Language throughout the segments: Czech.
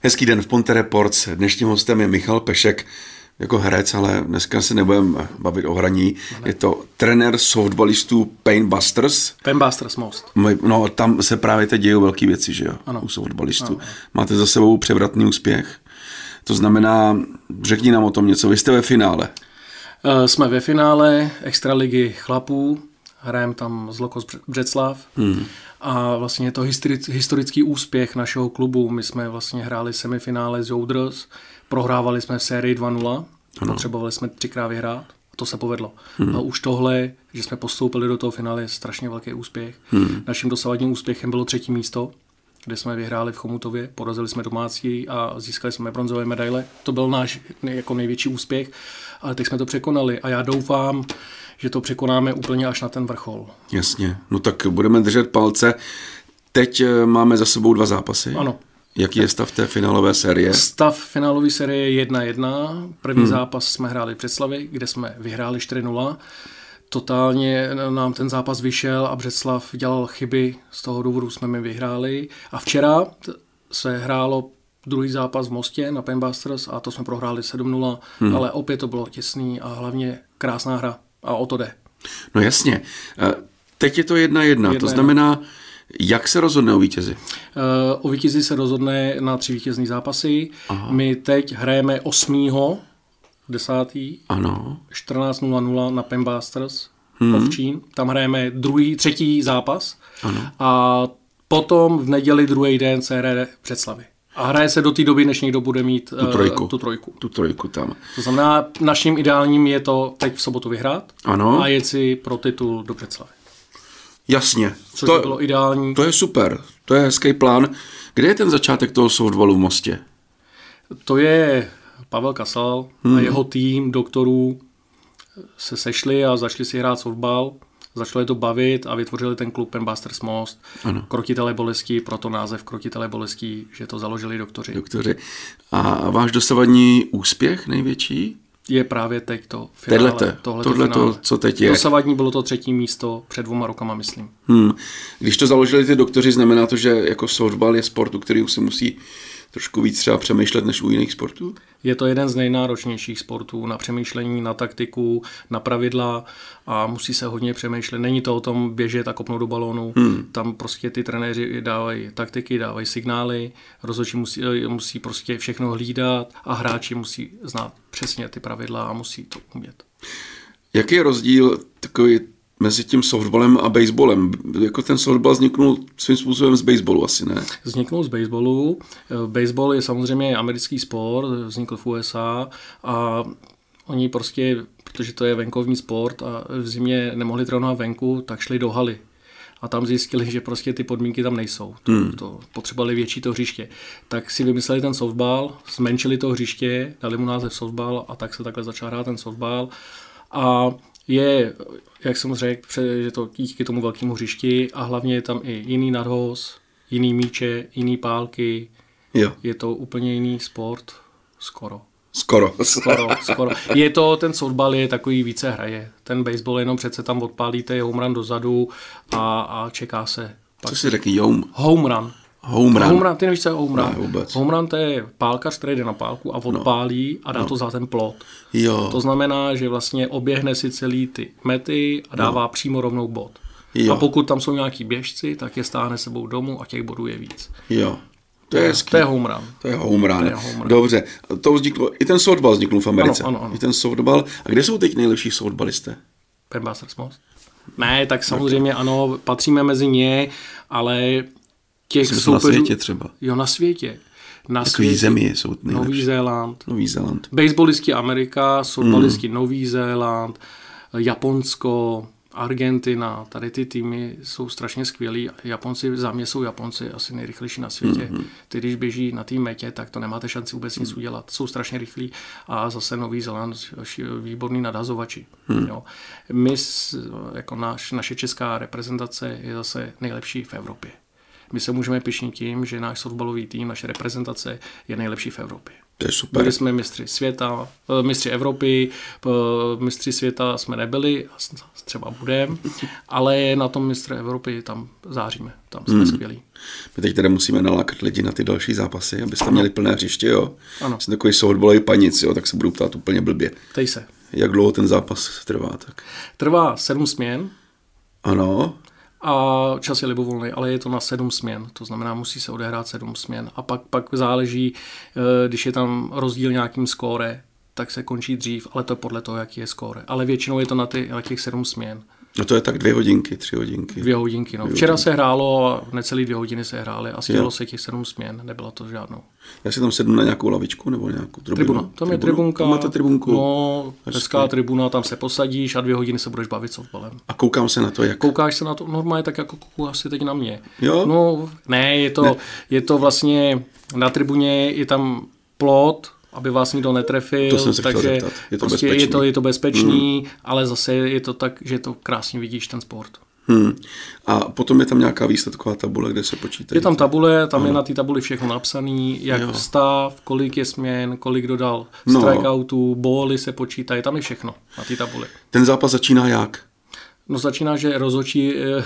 Hezký den v Ponte Reports. Dnešním hostem je Michal Pešek, jako herec, ale dneska se nebudeme bavit o hraní. Je to trenér softballistů Painbusters. Painbusters Most. No, tam se právě teď dějí velké věci, že jo? Ano. U softballistů. Ano. Máte za sebou převratný úspěch. To znamená, řekni nám o tom něco. Vy jste ve finále. Eh, Jsme ve finále Extraligy chlapů, hrajeme tam z Lokos Břeclav hmm. a vlastně je to historický úspěch našeho klubu. My jsme vlastně hráli semifinále z Jouders, prohrávali jsme v sérii 2-0, ano. potřebovali jsme třikrát vyhrát. To se povedlo. Hmm. A už tohle, že jsme postoupili do toho finále, je strašně velký úspěch. Hmm. Naším dosavadním úspěchem bylo třetí místo, kde jsme vyhráli v Chomutově, porazili jsme domácí a získali jsme bronzové medaile. To byl náš jako největší úspěch, ale teď jsme to překonali a já doufám, že to překonáme úplně až na ten vrchol. Jasně, no tak budeme držet palce. Teď eh, máme za sebou dva zápasy. Ano. Jaký je stav té finálové série? Stav finálové série je 1-1. První hmm. zápas jsme hráli v Břeclavi, kde jsme vyhráli 4-0. Totálně nám ten zápas vyšel a Břeclav dělal chyby, z toho důvodu jsme mi vyhráli. A včera se hrálo druhý zápas v Mostě na Painbusters a to jsme prohráli 7-0, hmm. ale opět to bylo těsný a hlavně krásná hra a o to jde. No jasně. Eh, Teď je to jedna jedna, jedna to znamená, jedna. jak se rozhodne o vítězi? Eh, O vítězi se rozhodne na tři vítězní zápasy. Aha. My teď hrajeme 8. 10. Ano. 14.00 na Pembasters hmm. Ovčín. Tam hrajeme druhý, třetí zápas. Ano. A potom v neděli druhý den se hraje představy. A hraje se do té doby, než někdo bude mít tu trojku. Uh, tu trojku. Tu trojku tam. To znamená, naším ideálním je to teď v sobotu vyhrát ano. a jet si pro titul do Břeclavy. Jasně. Což to, by bylo ideální. To je super, to je hezký plán. Kde je ten začátek toho softballu v Mostě? To je Pavel Kasal hmm. a jeho tým doktorů se sešli a začali si hrát softball začalo je to bavit a vytvořili ten klub Pembasters Most, ano. Krotitele bolestí, proto název Krotitele bolestí, že to založili doktoři. Doktoři. A váš dosavadní úspěch největší? Je právě teď to finále. Tohlete, tohle tohle to, co teď je. Dosavadní bylo to třetí místo před dvoma rokama, myslím. Hmm. Když to založili ty doktoři, znamená to, že jako softball je sport, u kterého se musí trošku víc třeba přemýšlet než u jiných sportů? Je to jeden z nejnáročnějších sportů na přemýšlení, na taktiku, na pravidla a musí se hodně přemýšlet. Není to o tom běžet a kopnout do balónu. Hmm. Tam prostě ty trenéři dávají taktiky, dávají signály, rozhodčí musí, musí prostě všechno hlídat a hráči musí znát přesně ty pravidla a musí to umět. Jaký je rozdíl takový mezi tím softballem a baseballem. Jako ten softball vzniknul svým způsobem z baseballu asi, ne? Vzniknul z baseballu. Eh, Baseball je samozřejmě americký sport, vznikl v USA a oni prostě, protože to je venkovní sport a v zimě nemohli trénovat venku, tak šli do haly. A tam zjistili, že prostě ty podmínky tam nejsou. To, hmm. to potřebovali větší to hřiště. Tak si vymysleli ten softball, zmenšili to hřiště, dali mu název softball a tak se takhle začal hrát ten softball. A je, jak jsem řekl, že to díky tomu velkému hřišti a hlavně je tam i jiný nadhoz, jiný míče, jiný pálky. Jo. Je to úplně jiný sport, skoro. Skoro. Skoro, skoro. Je to, ten softball je takový více hraje. Ten baseball jenom přece tam odpálíte home run dozadu a, a čeká se. Pak Co si řekl, home? Home run. Home run. Home run, ty nevíš, co je home run. Ne, vůbec. Home run to je pálkař, který jde na pálku a odpálí no. a dá no. to za ten plot. Jo. To znamená, že vlastně oběhne si celý ty mety a dává no. přímo rovnou bod. Jo. A pokud tam jsou nějaký běžci, tak je stáhne sebou domů a těch bodů je víc. Jo. To je, to je home run. To je home run. To je home run. Dobře. To vzniklo, i ten softball vznikl v Americe. Ano, ano, ano. I ten softball. A kde jsou teď nejlepší softballisté? Pembasters Most. Ne, tak samozřejmě tak. ano, patříme mezi ně, ale těch Jsme soupeřů... na světě třeba. Jo, na světě. Na jako světě. země jsou nejlepší. Nový Zéland. Nový Zéland. Baseballisti Amerika, softballisti mm. Nový Zéland, Japonsko, Argentina, tady ty týmy jsou strašně skvělí. Japonci, za mě jsou Japonci asi nejrychlejší na světě. Mm-hmm. Ty, když běží na té metě, tak to nemáte šanci vůbec nic mm. udělat. Jsou strašně rychlí a zase Nový Zeland, výborný nadhazovači. Mm. Jo. My, jako náš, naše česká reprezentace je zase nejlepší v Evropě my se můžeme pišnit tím, že náš softbalový tým, naše reprezentace je nejlepší v Evropě. To je super. Byli jsme mistři světa, eh, mistři Evropy, eh, mistři světa jsme nebyli, a s- s- třeba budeme, ale na tom mistře Evropy tam záříme, tam jsme skvělí. My teď teda musíme nalákat lidi na ty další zápasy, abyste měli plné hřiště, jo. Ano. Jsem takový softballový panic, jo, tak se budu ptát úplně blbě. Tej se. Jak dlouho ten zápas trvá, tak. Trvá sedm směn Ano, a čas je libovolný, ale je to na sedm směn, to znamená, musí se odehrát sedm směn a pak, pak záleží, eh, když je tam rozdíl nějakým skóre, tak se končí dřív, ale to je podle toho, jaký je skóre. Ale většinou je to na, ty, na těch sedm směn. no to je tak dvě hodinky, tři hodinky. Dvě hodinky, no. Včera se hrálo a necelý dvě hodiny se hrály a stělo se těch sedm směn, nebylo to žádnou. Já si tam sednu na nějakou lavičku nebo nějakou tribunu. Tribuna, tam je tribunka. Tam máte tribunku. No, hezká tribuna, tam se posadíš a dvě hodiny se budeš bavit softballem. A koukám se na to, jak... Koukáš se na to normálně tak, jako koukáš se teď na mě. Jo? No, ne, je to, je to vlastně, na tribuně je tam plot, aby vás nikdo netrefil. To jsem se chtěl takže zeptat. Je to prostě bezpečný. Hmm. Je to, je to bezpečný, ale zase je to tak, že to krásně vidíš ten sport. Hmm. A potom je tam nějaká výsledková tabule, kde se počítají. Je tam tabule, tam je na té tabuli všechno napsané, jak Jo. jo. stav, kolik je směn, kolik dodal No. strikeoutů, bóly se počítají, tam je všechno na té tabuli. Ten zápas začíná jak? No začíná, že rozočí eh,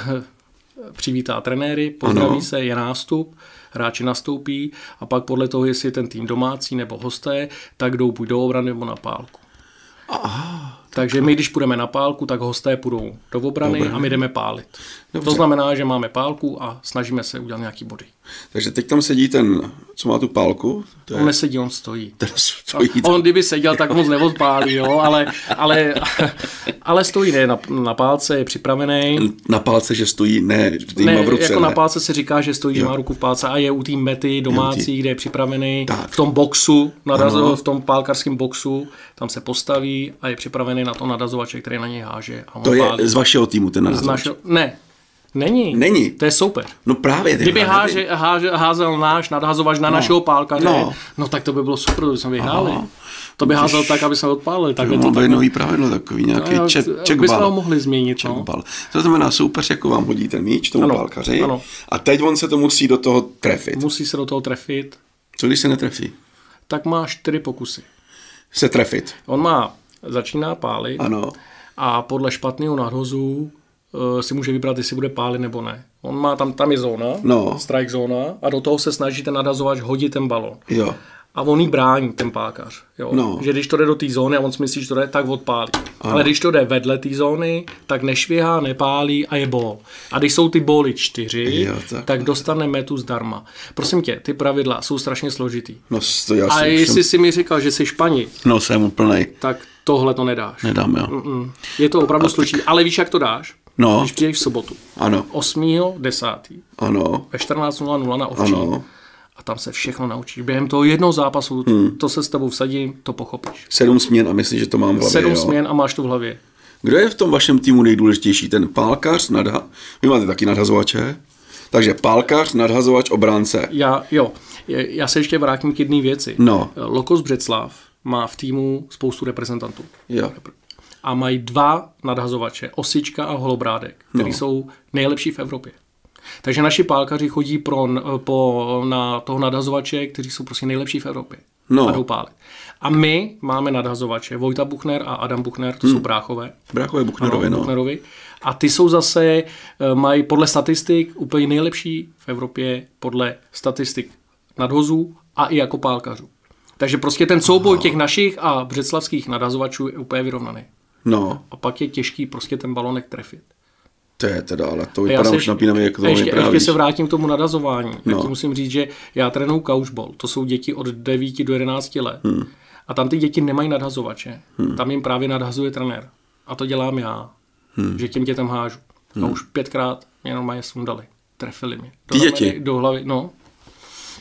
přivítá trenéry, pozdraví Ano. ano. se, je nástup, hráči nastoupí a pak podle toho, jestli je ten tým domácí nebo hosté, tak jdou buď do obrany nebo na pálku. Aha, Takže my, když půjdeme na pálku, tak hosté půjdou do obrany a my jdeme pálit. Dobře. Dobře. To znamená, že máme pálku a snažíme se udělat nějaký body. Takže teď tam sedí ten, co má tu pálku. To je On nesedí, on stojí. ten, co jí On kdyby seděl, tak moc neodpálí, jo, ale, ale, ale stojí ne, na, na pálce, je připravený. na pálce, že stojí, ne, že jí Ne, má v ruce. jako ne. na pálce se říká, že stojí, že Jo. má ruku v pálce a je u té mety domácí, kde je připravený Tak. v tom boxu, Ano. nadazo, v tom pálkarském boxu, tam se postaví a je připravený na to nadazovače, který na něj háže a on To pálí. je z vašeho týmu ten Z název. našeho- Ne, není. Není. To je soupeř. No právě. ty Kdyby vole, háže, háže, házel náš, nadhazovač na našeho pálkaře, No. no. no tak to by bylo super, kdyby jsme vyhráli. To by házel tak, aby jsme odpálili. Tak No, to to tak... je nový pravidlo takový, nějaký No, ček, by ček jsme ho mohli změnit. No. Bal. To znamená, soupeř jako vám hodí ten míč, tomu Ano, pálkaři, ano. a teď on se to musí do toho trefit. Musí se do toho trefit. Co když se netrefí? Tak má čtyři pokusy. Se trefit. On má, začíná pálit Ano. a podle špatného nadhozu eh, si může vybrat, jestli bude pálit nebo ne. On má tam, tam je zóna, No. strike zóna a do toho se snaží ten nadhazovač hodit ten balon. Jo. A on jí brání, ten pákař. Jo? No. Že když to jde do té zóny a on si myslí, že to jde, tak odpálí. Ano. Ale když to jde vedle té zóny, tak nešvihá, nepálí a je bol. A když jsou ty bóly čtyři, Jo, tak, tak. no. tak dostane metu zdarma. Prosím tě, ty pravidla jsou strašně složitý. No, to já A jsem, jestli jsi mi říkal, že jsi Španí, jsem, no, jsem úplnej. tak tohle to nedáš. Nedám, jo. Mm. Je to opravdu sluší, ale víš, jak to dáš? No. Když přijdeš v sobotu. Ano, 8.10. ano. ve 14.00 na ovčí. Ano. A tam se všechno naučíš. Během toho jednoho zápasu, hmm. to se s tebou vsadím, to pochopíš. Sedm směn a myslím, že to mám v hlavě, Sedm jo. směn a máš to v hlavě. Kdo je v tom vašem týmu nejdůležitější? Ten pálkař, nadha... Vy máte taky nadhazovače? Takže pálkař, nadhazovač, obránce. Já, jo, je- já se ještě vrátím k jedné věci. No. Lokos Břeclav má v týmu spoustu reprezentantů. Jo. A mají dva nadhazovače, Osička a Holobrádek, který No. no. jsou nejlepší v Evropě. Takže naši pálkaři chodí pro, po, na toho nadhazovače, kteří jsou prostě nejlepší v Evropě. No. A jdou pálit. A my máme nadhazovače, Vojta Buchner a Adam Buchner, to jsou bráchové. Brákové Hmm. Buchnerovi, Ano, no. Buchnerovi. A ty jsou zase, eh, mají podle statistik úplně nejlepší v Evropě podle statistik nadhozů a i jako pálkařů. Takže prostě ten souboj těch našich a břeclavských nadhazovačů je úplně vyrovnaný. No, A pak je těžký prostě ten balonek trefit. to je teda, ale to A vypadá se už napínavě, jak to a vám ještě, a ještě vyprávíš. se vrátím k tomu nadazování. No. No. Já ti musím říct, že já trénuju couchball. To jsou děti od 9 do 11 let. Hmm. A tam ty děti nemají nadhazovače. Hmm. Tam jim právě nadhazuje trenér. A to dělám já. Hmm. Že těm dětem hážu. Hmm. A už pětkrát mě jenom je sundali. Trefili mě. Do Ty ramene, děti? Do hlavy, no.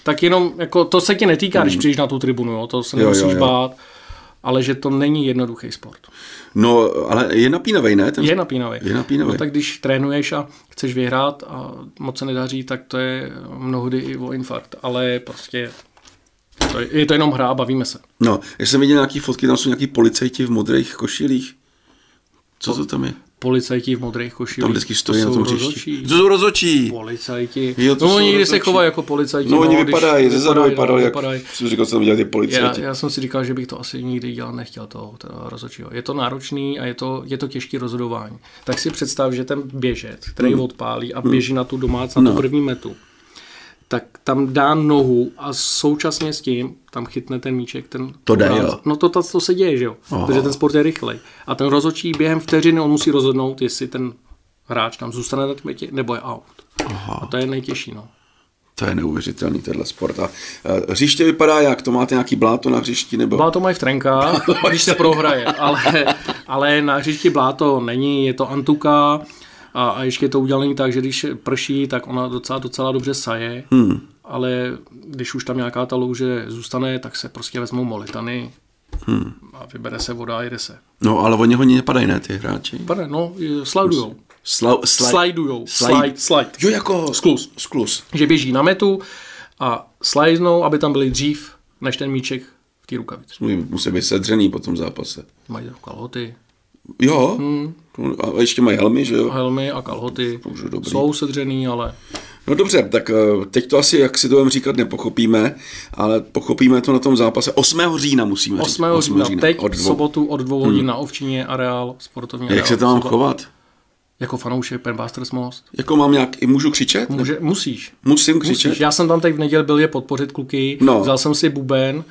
Tak jenom, jako, to se ti netýká, hmm. když přijdeš na tu tribunu, jo, to se jo, nemusíš jo, jo. jo. bát. Ale že to není jednoduchý sport. No, ale je napínavý, ne? Ten... Je napínavý. Je napínavý. No, tak když trénuješ a chceš vyhrát a moc se nedaří, tak to je mnohdy i o infarkt. Ale prostě to je, je to jenom hra a bavíme se. No, já jsem viděl nějaký fotky, tam jsou nějaký policajti v modrých košilích. Co to tam je? policajti v modrých košilích. Tam vždycky stojí to na tom jsou hřišti. rozhodčí. To jsou rozočí. Policajti. Jo, to no jsou oni někdy se rozhodčí. chovají jako policajti. No, oni když vypadají, ze zadu vypadali, no, jak jsem říkal, co tam dělají ty Já, policajti. já, jsem si říkal, že bych to asi nikdy dělat nechtěl, toho, toho rozhodčího. Je to náročný a je to, je to těžký rozhodování. Tak si představ, že ten běžet, který Hmm. odpálí a běží na tu domácí, na No. tu první metu, tak tam dá nohu a současně s tím tam chytne ten míček. Ten To jde, obránce. jo. No to, to, to se děje, že jo? Aha. Protože ten sport je rychlej. A ten rozhodčí během vteřiny on musí rozhodnout, jestli ten hráč tam zůstane na té metě, nebo je out. A Aha, to je nejtěžší, no. to je neuvěřitelný tenhle sport. A eh, hřiště vypadá jak? To máte nějaký bláto na hřišti? Nebo... Bláto mají v trenkách, když se prohraje, ale, ale na hřišti bláto není, je to antuka a, a ještě je to udělané tak, že když prší, tak ona docela, docela dobře saje, hmm. ale když už tam nějaká ta louže zůstane, tak se prostě vezmou molitany hmm. a vybere se voda a jede se. No, ale oni hodně nepadají, ne, ty hráči? Pane, no, je- slidujou. Sla, sla, Slidujou. slide. Slide, slide. Jo, jako... Sklus. Sklus. Že běží na metu a slidnou, aby tam byli dřív, než ten míček v té rukavici. Musí být sedřený po tom zápase. Mají kalhoty, Jo, Hmm. a ještě mají helmy, že jo? helmy a kalhoty už je dobrý. jsou sedřený, ale No dobře, tak eh, teď to asi, jak si to budeme říkat, nepochopíme, ale pochopíme to na tom zápase 8. října musíme 8. říct. října, teď od v dvou. sobotu od dvou hodin na Ovčině areál, sportovní areál. Hmm. Jak se tam mám Sobo- chovat? Jako fanoušek Penbusters Most. Jako mám nějak, i můžu křičet? Může, musíš. Musím křičet? Musíš. Já jsem tam teď v neděli byl je podpořit kluky, No. vzal jsem si buben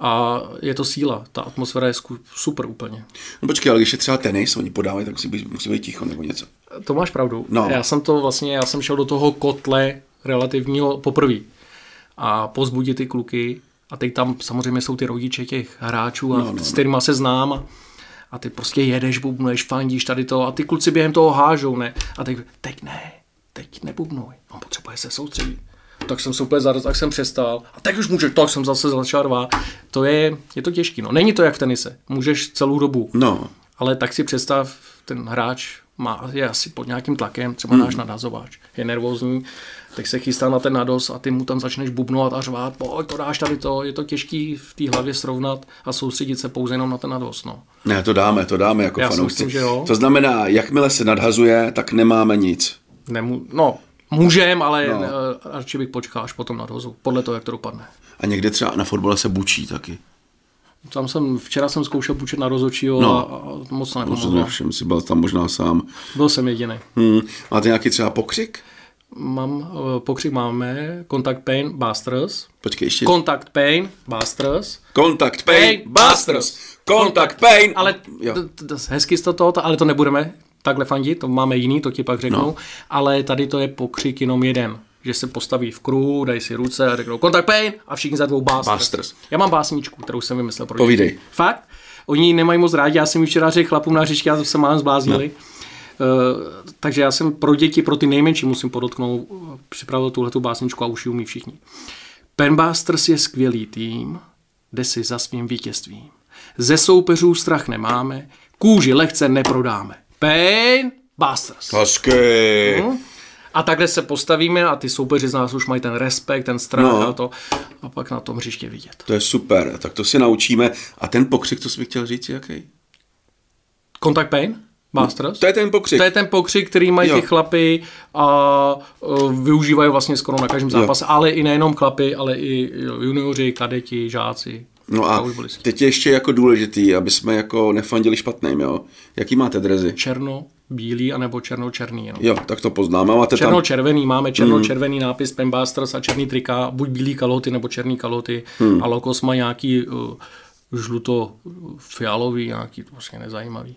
a je to síla. Ta atmosféra je sku- super úplně. No počkej, ale když je třeba tenis, oni podávají, tak musí být, musí být ticho nebo něco. To máš pravdu. No. Já jsem to vlastně, já jsem šel do toho kotle relativního poprvé a pozbudit ty kluky a teď tam samozřejmě jsou ty rodiče těch hráčů a no, no, s kterýma se znám a, a ty prostě jedeš, bubnuješ, fandíš tady to a ty kluci během toho hážou, ne? A teď, teď ne, teď nebubnuj, on potřebuje se soustředit. Tak jsem se úplně zaraz, tak jsem přestal. A teď už můžeš, tak jsem zase začal rvát. To je, je to těžký, no. Není to jak v tenise. Můžeš celou dobu. No, Ale tak si představ, ten hráč má, je asi pod nějakým tlakem, třeba náš nadhazováč, je nervózní, tak se chystá na ten nados a ty mu tam začneš bubnovat a řvát, pojď to dáš tady to, je to těžký v té hlavě srovnat a soustředit se pouze jenom na ten nados. No. ne, to dáme, to dáme jako Já si fanoušci. myslím, že jo. To znamená, jakmile se nadhazuje, tak nemáme nic. Nemu, no, můžem, ale No. no. radši bych počkal až potom nadhozu, podle toho, jak to dopadne. A někde třeba na fotbale se bučí taky. Tam jsem, včera jsem zkoušel půjčit na rozhodčího No. no. a, a, moc to To nepomohlo. nevšim, si byl tam možná sám. Byl jsem jediný. Hmm. Máte nějaký třeba pokřik? Mám, eh, pokřik máme, Contact Pain Busters, Počkej, ještě. Contact Pain Busters, Contact Pain Pain Busters. Contact Pain. Ale jo. t- t- t- hezky jste to, to, ale to nebudeme takhle fandit, to máme jiný, to ti pak řeknu. No. Ale tady to je pokřik jenom jeden, že se postaví v kruhu, dají si ruce a řeknou kontakt pain a všichni zadvou bástres. Busters. Já mám básničku, kterou jsem vymyslel pro Povídej. děti. Fakt? Oni ji nemají moc rádi, já jsem ji včera řekl chlapům na hřišti, já se mám zbláznili. No. Uh, takže já jsem pro děti, pro ty nejmenší musím podotknout, eh, připravil tuhle básničku a už ji umí všichni. Penbusters je skvělý tým, jde si za svým vítězstvím. Ze soupeřů strach nemáme, kůži lehce neprodáme. Pain Busters. Hezky. No. A takhle se postavíme a ty soupeři z nás už mají ten respekt, ten strach No. no. a to. A pak na tom hřiště vidět. To je super, tak to si naučíme. A ten pokřik, co jsi mi chtěl říct, jaký? Contact Pain? Busters? To je ten pokřik. To je ten pokřik, který mají Jo. jo. ty chlapy a uh, využívají vlastně skoro na každém zápase, jo. ale i nejenom chlapy, ale i junioři, kadeti, žáci. No a fotbalisti. teď je ještě jako důležitý, aby jsme jako nefandili špatným, jo? Jaký máte drezy? Černo, bílý, anebo černo-černý jenom. Jo, tak to poznáme. Máte tam... Mhm. Černo-červený, máme černo-červený mm. nápis Pembasters a černý trika, buď bílý kaloty nebo černý kaloty Hmm. mm. a Lokos má nějaký uh, žluto-fialový, nějaký vlastně nezajímavý.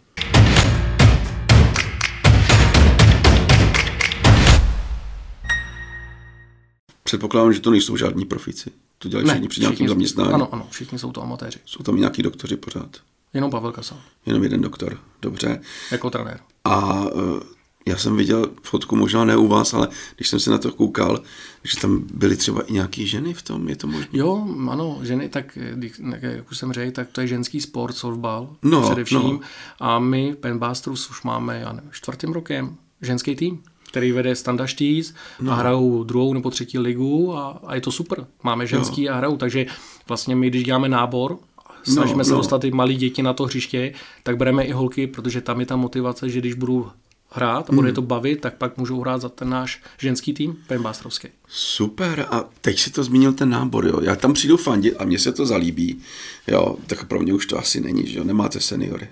Předpokládám, že to nejsou žádní profíci. To dělají všichni při nějakým jsou- zaměstnání. Ano, ano, všichni jsou to amatéři. Jsou tam nějaký doktoři pořád. Jenom Pavel Kasal, Jenom jeden doktor. Dobře. jako trenér. A eh, já jsem viděl fotku, možná ne u vás, ale když jsem se na to koukal, že tam byly třeba i nějaký ženy v tom, je to možné? Jo, ano, ženy, tak eh, když- jak- jak už jsem řekl, tak to je ženský sport, softball No, především. no. A my Penbasters už máme, já nevím, čtvrtým rokem ženský tým, který vede Standa Štíc no. a hrajou druhou nebo třetí ligu a, a je to super. Máme ženský a hrajou, takže vlastně my, když děláme nábor, snažíme No, se no. dostat i malí děti na to hřiště, tak bereme i holky, protože tam je ta motivace, že když budou hrát a bude Hm. je to bavit, tak pak můžou hrát za ten náš ženský tým, Pembastrovský. Super, a teď si to zmínil ten nábor, jo. Já tam přijdu fandit a mně se to zalíbí, jo. Tak pro mě už to asi není, že jo. Nemáte seniory.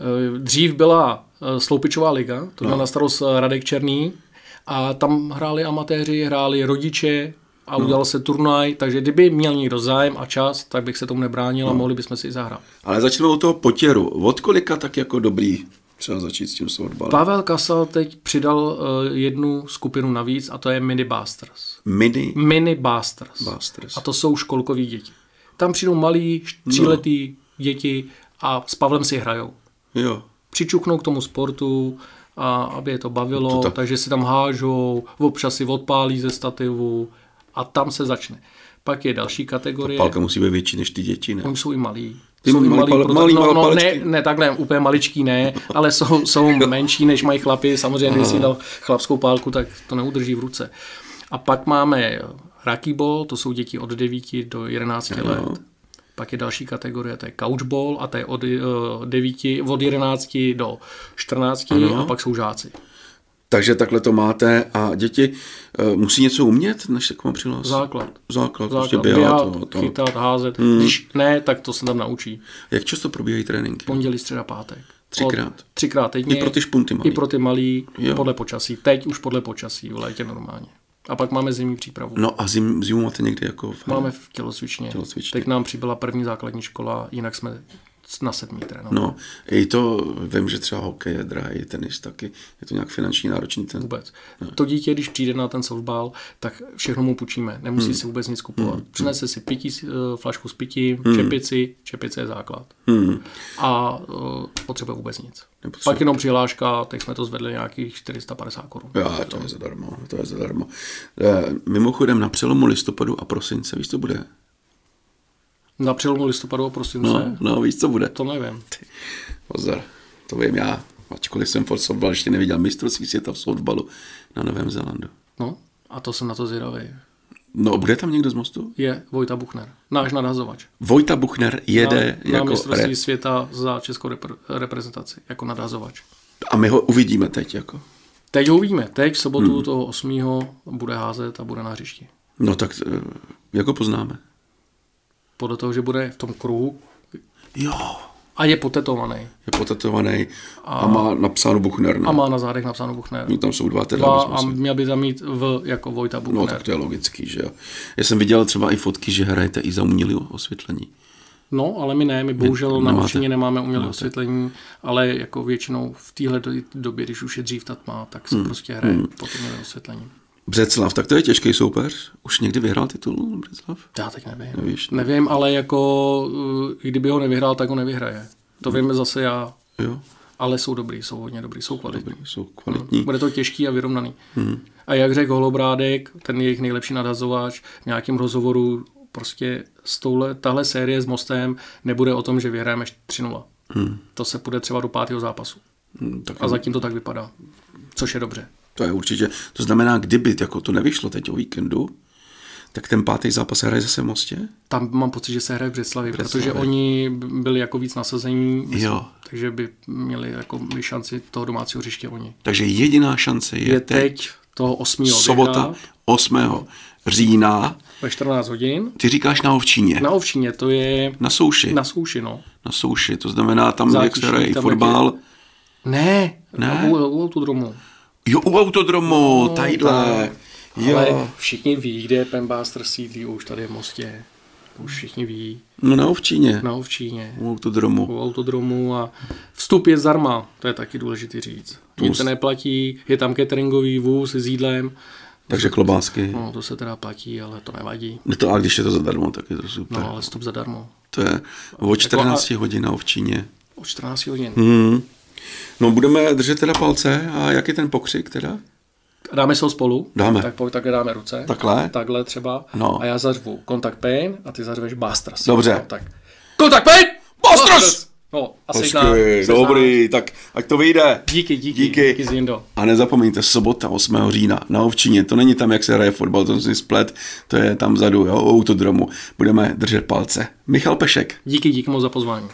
Eh, Dřív byla eh, Sloupičová liga, to měl na starost eh, Radek Černý a tam hráli amatéři, hráli rodiče a udělal se turnaj, takže kdyby měl někdo zájem a čas, tak bych se tomu nebránil a mohli bychom si i zahrát. Ale začneme u toho potěru. Od kolika tak jako dobrý třeba začít s tím softballem? Pavel Kasal teď přidal eh, jednu skupinu navíc a to je Mini Busters. Mini Mini Busters. Busters. A to jsou školkoví děti. Tam přijdou malí, tříletí děti a s Pavlem si hrajou. Jo. přičuchnou k tomu sportu, a aby je to bavilo, to tak. takže si tam hážou, občas si odpálí ze stativu a tam se začne. Pak je další kategorie, Palka musí být větší než ty děti, ne? oni jsou i malí. Ty jsou i malí pal- proto- malí no, mal- no, ne, palečky. ne, takhle úplně maličký ne, ale jsou, jsou menší než mají chlapy, samozřejmě když si dal chlapskou pálku, tak to neudrží v ruce. A pak máme rakibol, to jsou děti od 9 do 11 let. Pak je další kategorie, to je couchball a to je od, eh, 9, od 11 do 14 a pak jsou žáci. Takže takhle to máte a děti eh, musí něco umět, než se k vám přihlásí? Základ. Základ, prostě Základ, běhat, běhat, to, to. chytat, házet. Hmm. Když ne, tak to se tam naučí. Jak často probíhají tréninky? Pondělí, středa, pátek. Třikrát. Od, třikrát týdně. I pro ty špunty malý. I pro ty malý, Jo. jo. podle počasí. Teď už podle počasí, v létě normálně. A pak máme zimní přípravu. No a zim, zimu máte někde jako... V... Máme v tělocvičně. Tělocvičně. Teď nám přibyla první základní škola, jinak jsme na sedmý trénovali. No, i to, vím, že třeba hokej je drahý, tenis taky, je to nějak finančně náročný ten. Vůbec. To dítě, když přijde na ten softball, tak všechno mu půjčíme. Nemusí Hmm. si vůbec nic kupovat. Přinese si pití, eh, flašku s pitím, čepici, čepice je základ. Hmm. A eh, potřebuje vůbec nic. Nepotřebuje. Pak jenom přihláška, teď jsme to zvedli nějakých 450 korun. Já, to je zadarmo, to je zadarmo. E, mimochodem na přelomu listopadu a prosince, víš, co bude? Na přelomu listopadu a prosince? No, no víš, co bude. To nevím. Pozor, to vím já, ačkoliv jsem fot softball ještě neviděl mistrovství světa v softballu na Novém Zélandu. No, a to jsem na to zvědavý. No, bude tam někdo z mostu? Je Vojta Buchner, náš nadhazovač. Vojta Buchner jede na, na jako... mistrovství re- světa za českou repre- reprezentaci, jako nadhazovač. a my ho uvidíme teď, jako. Teď ho uvidíme. Teď v sobotu hmm. toho 8. bude házet a bude na hřišti. No tak, e, jako poznáme. Podle toho, že bude v tom kruhu Jo, a je potetovaný. je potetovaný a, a má napsáno Buchner, ne? A má na zádech napsáno Buchner. No, tam jsou dva teda. Dva aby jsme a si- měl by tam mít V jako Vojta No Buchner. tak to je logický, že jo. Já jsem viděl třeba i fotky, že hrajete i za umělé osvětlení. No, ale my ne, my bohužel na nemáte. Mošině nemáme umělé osvětlení, ale jako většinou v téhle do- době, když už je dřív tatma, tak Hmm. se prostě hraje pod umělé osvětlení. Břeclav, tak to je těžký soupeř. Už někdy vyhrál titul Břeclav? Já teď nevím. Nevíš, ne? Nevím, ale jako uh, kdyby ho nevyhrál, tak ho nevyhraje. To Mhm. víme zase já, Jo, ale jsou dobrý, jsou hodně dobrý, jsou kvalitní. Hm. dobrý, Mhm. jsou kvalitní. Bude to těžký a vyrovnaný. Hmm. A jak řekl Holobrádek, ten jejich nejlepší nadhazováč v nějakém rozhovoru, prostě s touhle, tahle série s Mostem nebude o tom, že vyhrajeme 3-0. Mhm. Hmm. To se půjde třeba do pátého zápasu. Hm, Tak A zatím to tak vypadá. Což je dobře. to je určitě. To znamená, kdyby jako to nevyšlo teď o víkendu, tak ten pátý zápas se hraje zase v Mostě? Tam mám pocit, že se hraje v Břeclavi, Břeclavi. protože oni b- byli jako víc nasazení, Jo. takže by měli jako by šanci toho domácího hřiště oni. Takže jediná šance je, Je teď toho 8. sobota 8. října. ve 14 hodin. Ty říkáš na Ovčíně. Na Ovčíně to je Na souši. Na, na souši, no. na souši. To znamená tam, jak se Zátiší, hraje i tam, jak je- fotbal. Ne, Ne? ne? U, u autodromu. Jo, u autodromu, no, tadyhle. Jo. Ale všichni ví, kde je Pembaster sídlí, už tady v Mostě. Už všichni ví. No na Ovčíně, no. Na Ovčíně. u autodromu. u autodromu a vstup je zdarma, to je taky důležité říct. Nic se neplatí, je tam cateringový vůz s jídlem, Takže klobásky. no to se teda platí, ale to nevadí. No to, a když je to zadarmo, tak je to super. No Jako No. ale vstup zadarmo. To je o 14 hodin na Ovčíně. O 14 hodin. Hmm. No budeme držet teda palce a jak je ten pokřik teda? Dáme se ho spolu? Dáme. Tak pojď, takhle dáme ruce. Takhle? Takhle třeba. No. A já zařvu Contact Pain a ty zařveš Basters. Dobře. No, tak. Contact Pain! Busters! No, a Hezky, seznáš, seznáš. dobrý, tak ať to vyjde. Díky, díky, Díky. díky, díky Zindo. A nezapomeňte, sobota 8. října na Ovčině, to není tam, jak se hraje fotbal, to jsem si splet, to je tam vzadu, jo, u autodromu. Budeme držet palce. Michal Pešek. Díky, díky moc za pozvání.